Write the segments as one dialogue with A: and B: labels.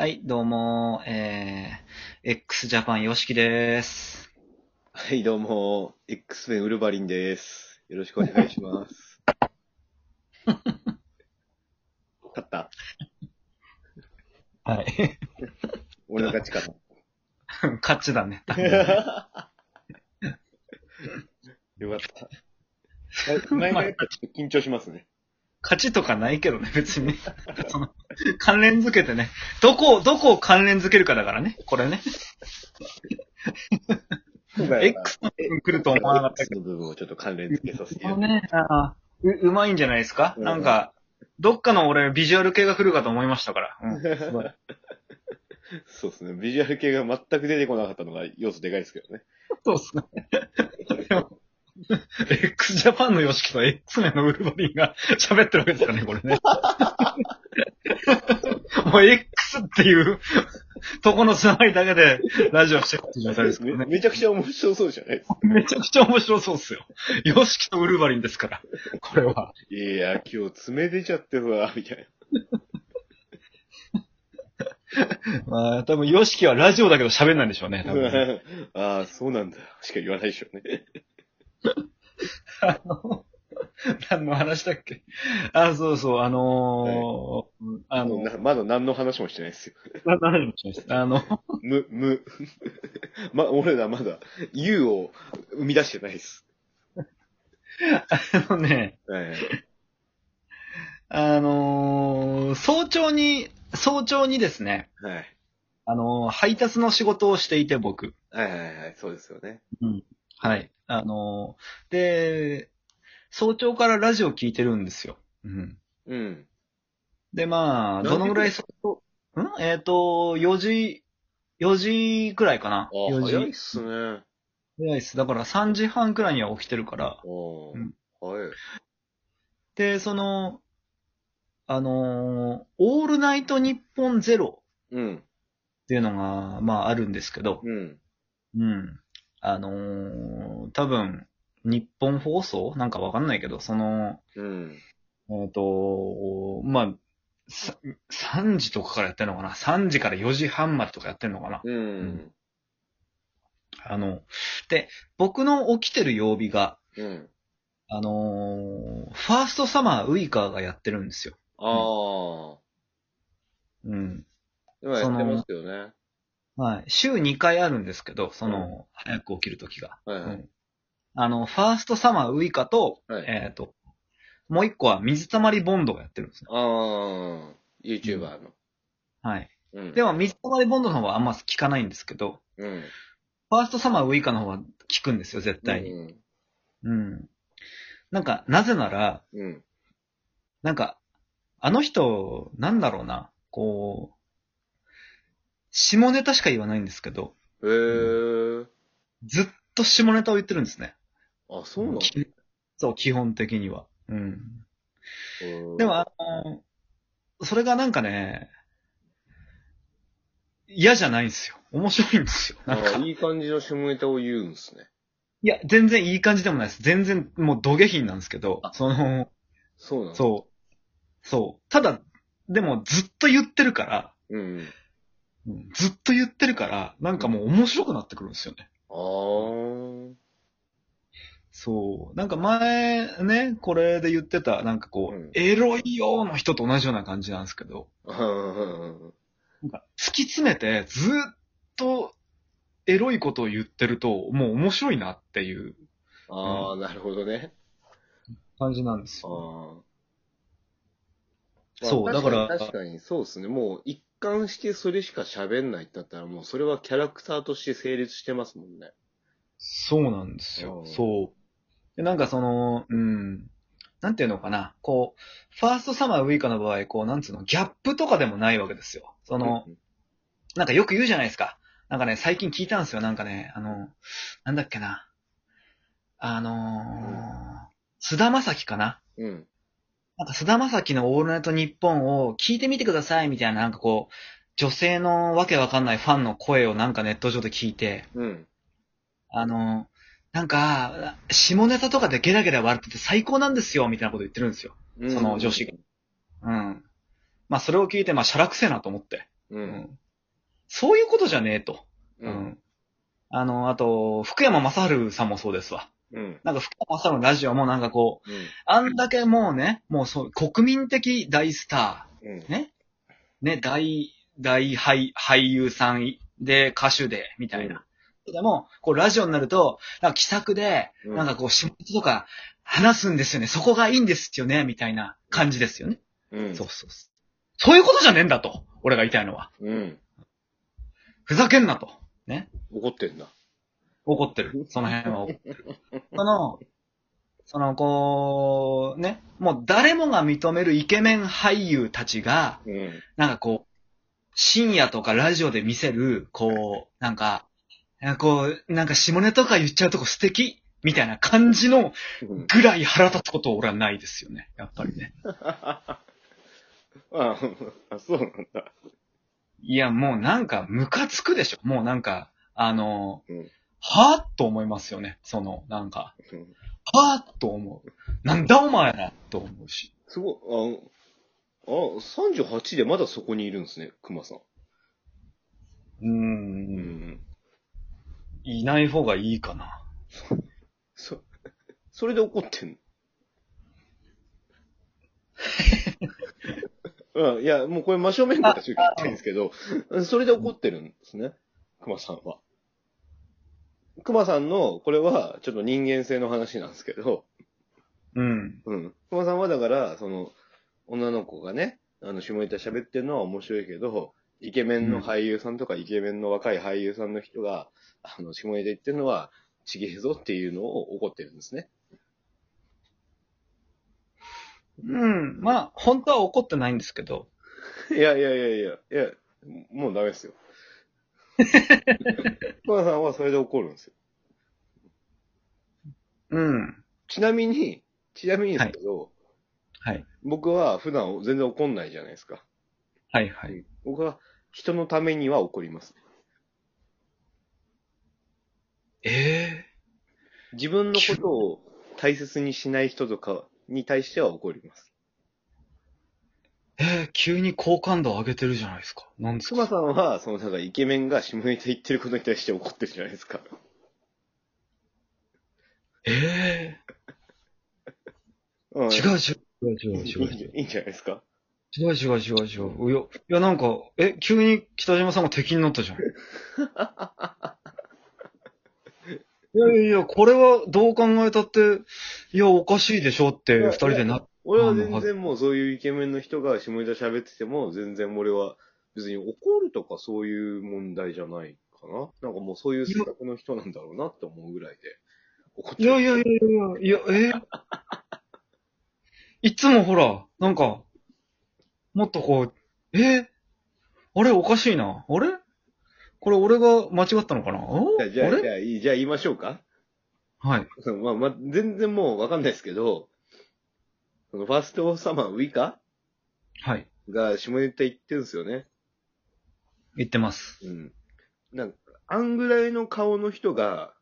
A: はい、どうも、えー、x ジャパンよしきです。
B: はい、どうも、X メンウルヴァリンです。よろしくお願いし ます。勝った
A: はい。
B: 俺の勝ちか
A: 勝ちだね。
B: な。 よかった。前のやつはちょっと緊張しますね。
A: 勝ちとかないけどね、別に。 その、関連づけてね。どこ、どこを関連づけるかだからね、これね。
B: 今回は
A: X の部分来ると思わなかったけ
B: X の部分をちょっと関連付けさせていた
A: ど。
B: だきま
A: ね、あーう、うまいんじゃないですか、
B: うん
A: なんか、どっかの俺、ビジュアル系が来るかと思いましたから。うん、すごい。
B: すそうですね。ビジュアル系が全く出てこなかったのが要素でかいですけどね。
A: そうっすね。でも x ジャパンの YOSHIKI と X メンのウルヴァリンが 喋ってるわけですよね、これね。もう X っていうとこのつながりだけでラジオしてるっていう状態ですけど
B: め
A: ね。
B: めちゃくちゃ面白そうじゃないですか。
A: めちゃくちゃ面白そうっすよ。YOSHIKI とウルヴァリンですから、これは。
B: いや、今日爪出ちゃってるわ、みたいな。
A: まあ、多分 YOSHIKI はラジオだけど喋んないんでしょうね、多分ね。
B: ああ、そうなんだ。しか言わないでしょうね。
A: あの、 何の話だっけあ、そうそう、あのーうんあ
B: あの
A: の、
B: なまだ何の話もしてないですよ。
A: 何の話もしましたあの、
B: む、む。 ま、俺らまだ、U を生み出してないです。
A: あのね、
B: はい。
A: あのー早朝に、早朝にですね、
B: はい。
A: あのー配達の仕事をしていて、僕。
B: はいはいはい、そうですよね。
A: はい。あのーで、早朝からラジオ聞いてるんですよ。うん。
B: うん。
A: で、まあ、
B: 何時
A: どのぐらい早朝、んえっ、と、4時、4時くらいかな。4時。
B: っすね。
A: 早いっす。だから3時半くらいには起きてるから。
B: お
A: うん
B: はい。
A: で、その、あのーオールナイトニッポンゼロ
B: うん。
A: っていうのが、まああるんですけど、
B: うん。
A: うん。あのー多分、日本放送なんかわかんないけど、その、
B: うん。
A: えっ、と、まあ、さ3時とかからやってるのかな ?3 時から4時半までとかやってるのかな
B: うん。
A: あの、で、僕の起きてる曜日が、
B: うん。
A: あのーファーストサマーウイカーがやってるんですよ。
B: ああ。
A: うん。
B: 今やってますよね。
A: はい。週2回あるんですけど、その、早く起きる時が。
B: はいは
A: う
B: い。
A: んあの、ファーストサマーウイカと、
B: はい
A: えっ、と、もう一個は水溜りボンドがやってるんですね。
B: ああ。YouTuber の。
A: はい。
B: うん。
A: では、水溜りボンドの方はあんま聞かないんですけど、
B: うん。
A: ファーストサマーウイカの方は聞くんですよ、絶対に。
B: うん。
A: うん。なんか、なぜなら、
B: うん。
A: なんか、あの人、なんだろうな、こう、下ネタしか言わないんですけど、
B: へえ。
A: ずっと下ネタを言ってるんですね。
B: あ、そうなんだ。
A: きそう、基本的には。うん。
B: うん
A: でも、あの、それがなんかね、嫌じゃないんですよ。面白いんですよ。なん
B: あ
A: か。
B: いい感じの下ネタを言うんですね。
A: いや、全然いい感じでもないです。全然もう土下品なんですけど、
B: あ
A: その、
B: そうなのう。
A: そう。そう。ただ、でもずっと言ってるから、
B: うん。
A: うんずっと言ってるから、なんかもう面白くなってくるんですよね。
B: あー。
A: そう。なんか前ね、これで言ってた、なんかこう、
B: うん
A: エロいよーの人と同じような感じなんですけど、
B: うん
A: なんか、突き詰めて、ずーっと、エロいことを言ってると、もう面白いなっていう
B: あー、なるほどね。
A: 感じなんです
B: あ
A: よ。
B: ー
A: そう
B: まあ
A: だから
B: 確に確かに、そうですね。もう、一貫してそれしか喋んないってなったら、もう、それはキャラクターとして成立してますもんね。
A: そうなんですよ。
B: うん
A: そう。で、なんかその、うん、なんていうのかな、こう、ファーストサマーウイカの場合、こう、なんつうの、ギャップとかでもないわけですよ。そ
B: あ
A: の、、なんかよく言うじゃないですか。なんかね、最近聞いたんですよ。なんかね、あの、なんだっけな。あのー、菅田正樹かな
B: うん。
A: なんか、菅田正樹のオールナイトニッポンを聞いてみてくださいみたいな、なんかこう、女性のわけわかんないファンの声をなんかネット上で聞いて、
B: うん。
A: あの、なんか、下ネタとかでゲラゲラ笑ってて最高なんですよ、みたいなこと言ってるんですよ。
B: うん
A: その女子が。うん。まあ、それを聞いて、まあ、シャラくせえなと思って。う
B: う。
A: んん。そういうことじゃねえと。う
B: う。
A: んん。あの、あと、福山雅治さんもそうですわ。
B: うん。
A: なんか福山雅治のラジオもなんかこう、あんだけもうね、もうそう、国民的大スタ
B: うん。
A: ー、ね。ね、大、大俳俳優さんで、歌手で、みたいな。でも、こう、ラジオになると、なんか気さくで、
B: うん
A: なんかこう、仕事とか話すんですよね。そこがいいんですよね、みたいな感じですよね。
B: うん。
A: そうそうそう。そういうことじゃねえんだと、俺が言いたいのは。
B: うん。
A: ふざけんなと。
B: 怒ってんだ。
A: 怒ってる。その 辺は怒ってる。その、その、こう、ね、もう誰もが認めるイケメン俳優たちが、
B: うん。
A: なんかこう、深夜とかラジオで見せる、こう、なんか、なんかこう、なんか下ネタとか言っちゃうとこ素敵みたいな感じの
B: うん。
A: ぐらい腹立つことは俺はないですよね。やっぱりね。
B: ああ、そうなんだ。
A: いや、もうなんかムカつくでしょ。もうなんか、あの、
B: うん
A: はぁと思いますよね。その、なんか。
B: うん
A: はぁと思う。なんだお前らと思うし。
B: すごい、あ、あ、38でまだそこにいるんですね、熊さん。
A: うー。
B: うんん。
A: いない方がいいかな。
B: そ、 それで怒って んのうん、いや、もうこれ真正面から正直言ってるんですけど、それで怒ってるんですね、熊さんは。熊さんの、これはちょっと人間性の話なんですけど、
A: うん。
B: うん。熊さんはだから、その、女の子がね、あの、下ネタ喋ってるのは面白いけど、イケメンの俳優さんとか、イケメンの若い俳優さんの人が、あの、下ネタ言ってるのは、ちげえぞっていうのを怒ってるんで すね。
A: うん。まあ、本当は怒ってないんですけど。
B: いやいやいやいや、いや、もうダメ ですよ。熊さんはそれで怒るんですよ。
A: うん。
B: ちなみに、ちなみにですけど、
A: はい。
B: 僕は普段全然怒んないじゃないですか。
A: はいはい。
B: 僕は人のためには怒ります。
A: え
B: 自分のことを大切にしない人とかに対しては怒ります。
A: えええ急に好感度上げてるじゃないですか。なんです
B: 熊
A: か
B: さんは、その、なんかイケメンが下ネタ言ってることに対して怒ってるじゃないですか。
A: え
B: うん。
A: え違う違う違う違う違う
B: いいんじゃないですか。
A: 違う違う違う違う。いや、いやなんか、え、急に北島さんが敵になったじゃん。いやいやいや、これはどう考えたって、いや、おかしいでしょって二人でな、
B: 俺は全然もうそういうイケメンの人が下ネタ喋ってても、全然俺は別に怒るとかそういう問題じゃないかな。なんかもうそういう性格の人なんだろうなって思うぐらいで。怒って
A: い
B: る
A: やいやいやいや、いや、えーいつもほら、なんか、もっとこう、えーあれおかしいな。あれこれ俺が間違ったのかなおあ
B: じゃあ、じゃ
A: れ
B: あ、じゃあいいじゃあ言いましょうか。
A: はい。
B: うんまあまあ、全然もうわかんないですけど、そのファーストサマーウイカ
A: はい。
B: が下ネタ言ってるんですよね。
A: 言ってます。
B: うん。なんか、あんぐらいの顔の人が、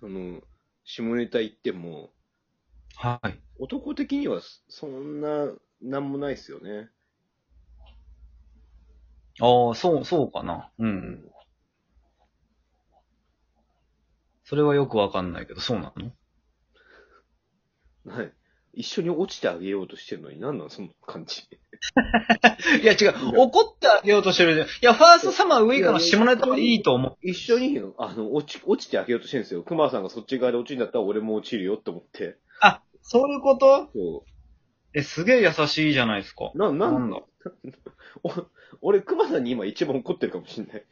B: その、下ネタ言っても、
A: はい。
B: 男的にはそそんな、なんもないですよね。
A: ああ、そう、そうかな。う。。
B: うん
A: それはよくわかんないけど、そうなの
B: はい。一緒に落ちてあげようとしてるのに、なんなんその感じ。
A: いや違う、怒ってあげようとしてるじゃん。いや、ファーストサマーウイカの下ネタはいいと思う。
B: 一緒に、あの、落ち、落ちてあげようとしてるんですよ。熊さんがそっち側で落ちるんだったら俺も落ちるよって思って。
A: あ、そういうこと
B: そ
A: え、すげえ優しいじゃないですか。
B: う。な、な
A: なんん
B: だ
A: だ
B: お俺、熊さんに今一番怒ってるかもしんない。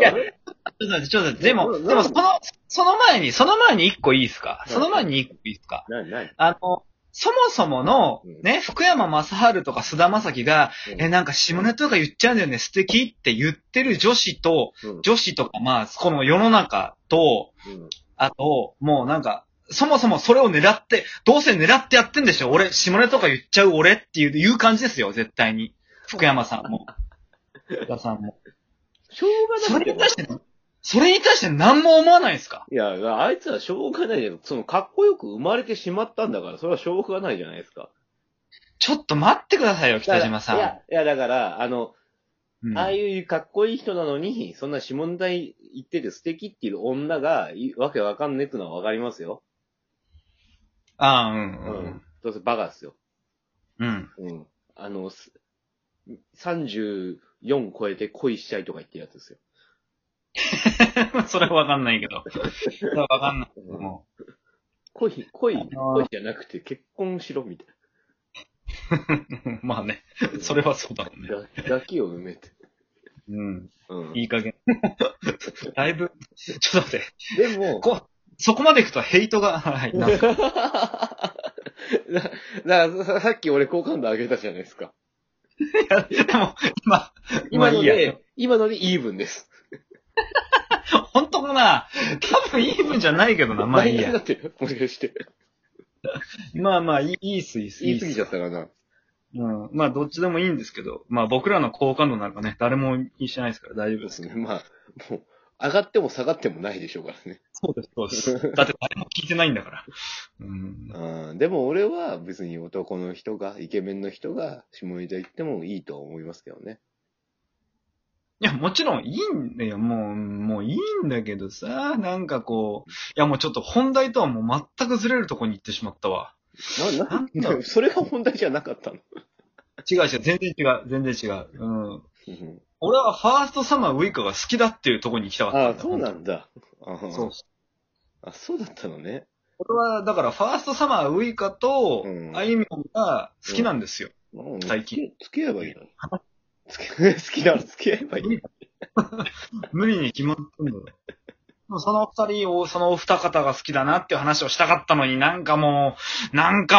A: いやちょっと待って、ちょっと待って、でも、
B: なな
A: でも、その、その前に、その前に一個いいですか
B: い
A: その前に一個いいですか
B: なになに
A: あの、そもそもの
B: うん、
A: ね、福山雅治とか菅田将暉が、
B: うん
A: え、なんか下ネタとか言っちゃうんだよね、素敵って言ってる女子と、
B: うん
A: 女子とか、まあ、この世の中と、
B: うん
A: あと、もうなんか、そもそもそれを狙って、どうせ狙ってやってんでしょ俺、下ネタとか言っちゃう俺っていう、いう感じですよ、絶対に。福山さんも。福山さんも。
B: しょうが
A: そ
B: ない
A: れ
B: け
A: に
B: ど
A: 対して、それに対して何も思わないですか
B: いや、あいつはしょうがないけど、その、かっこよく生まれてしまったんだから、それはしょうがないじゃないですか。
A: ちょっと待ってくださいよ、北島さん。
B: いや、いやだから、あの、
A: うん
B: ああいうかっこいい人なのに、そんな下ネタ言ってて素敵っていう女が、いわけわかんねえってのはわかりますよ。
A: ああ、うん、
B: う
A: うん
B: ん。。どうせバカっすよ。
A: うん。
B: うん。あの、す34超えて恋したいとか言ってるやつですよ。
A: それはわかん ないけど。それはわかんないけども。
B: 恋、恋、
A: のー
B: 恋じゃなくて結婚しろみたい
A: まあね。
B: な。
A: それはそうだろうね。
B: だ。抱きを埋めて。
A: うん。
B: うん。
A: いい加減。 だいぶ、ちょっと待って。
B: でも、
A: こそこまでいくとヘイトが、 はい。な
B: だだからささっき俺好感度上げたじゃないですか。
A: でも、今、
B: 今の
A: まあいいや
B: で、今のでイーブンです。
A: 本当かな多分イーブンじゃないけどな。まあいい
B: マイ
A: や。
B: ナスになってるもしかして。
A: まあまあ、いい、いいっす、いいっす。
B: 言い過ぎちゃ
A: ゃ
B: ったかな。
A: うん。まあ、どっちでもいいんですけど。まあ、僕らの好感度なんかね、誰も気にしてないですから大丈夫ですけど。
B: まあ、もう、上がっても下がってもないでしょうからね。
A: そうです、そうです。だって誰も聞いてないんだから。うん。
B: うん、でも俺は別に男の人が、イケメンの人が下ネタ言ってもいいと思いますけどね。
A: いや、もちろんいいんだよ。もう、もういいんだけどさ、なんかこう、いやもうちょっと本題とはもう全くずれるとこに行ってしまったわ。
B: な、な
A: なんだろう
B: それが本題じゃなかったの。
A: 違う違う、全然違う、全然違う。うん。俺はファーストサマーウイカが好きだっていうとこに行きたかった
B: あ
A: ん
B: あ、
A: だ。
B: そうなんだ。あ
A: 本当そう。
B: あ、そうだったのね。
A: 俺は、だから、ファーストサマーウイカと
B: う、ん
A: あいみょんが好きなんですよ。
B: うん
A: 最近。
B: 付き合えばいいのに。付き合え好きなら付き合えばいいのに。
A: 無理に決まってんだよ。でもそのお二人を、そのお二方が好きだなっていう話をしたかったのになんかもう、なんか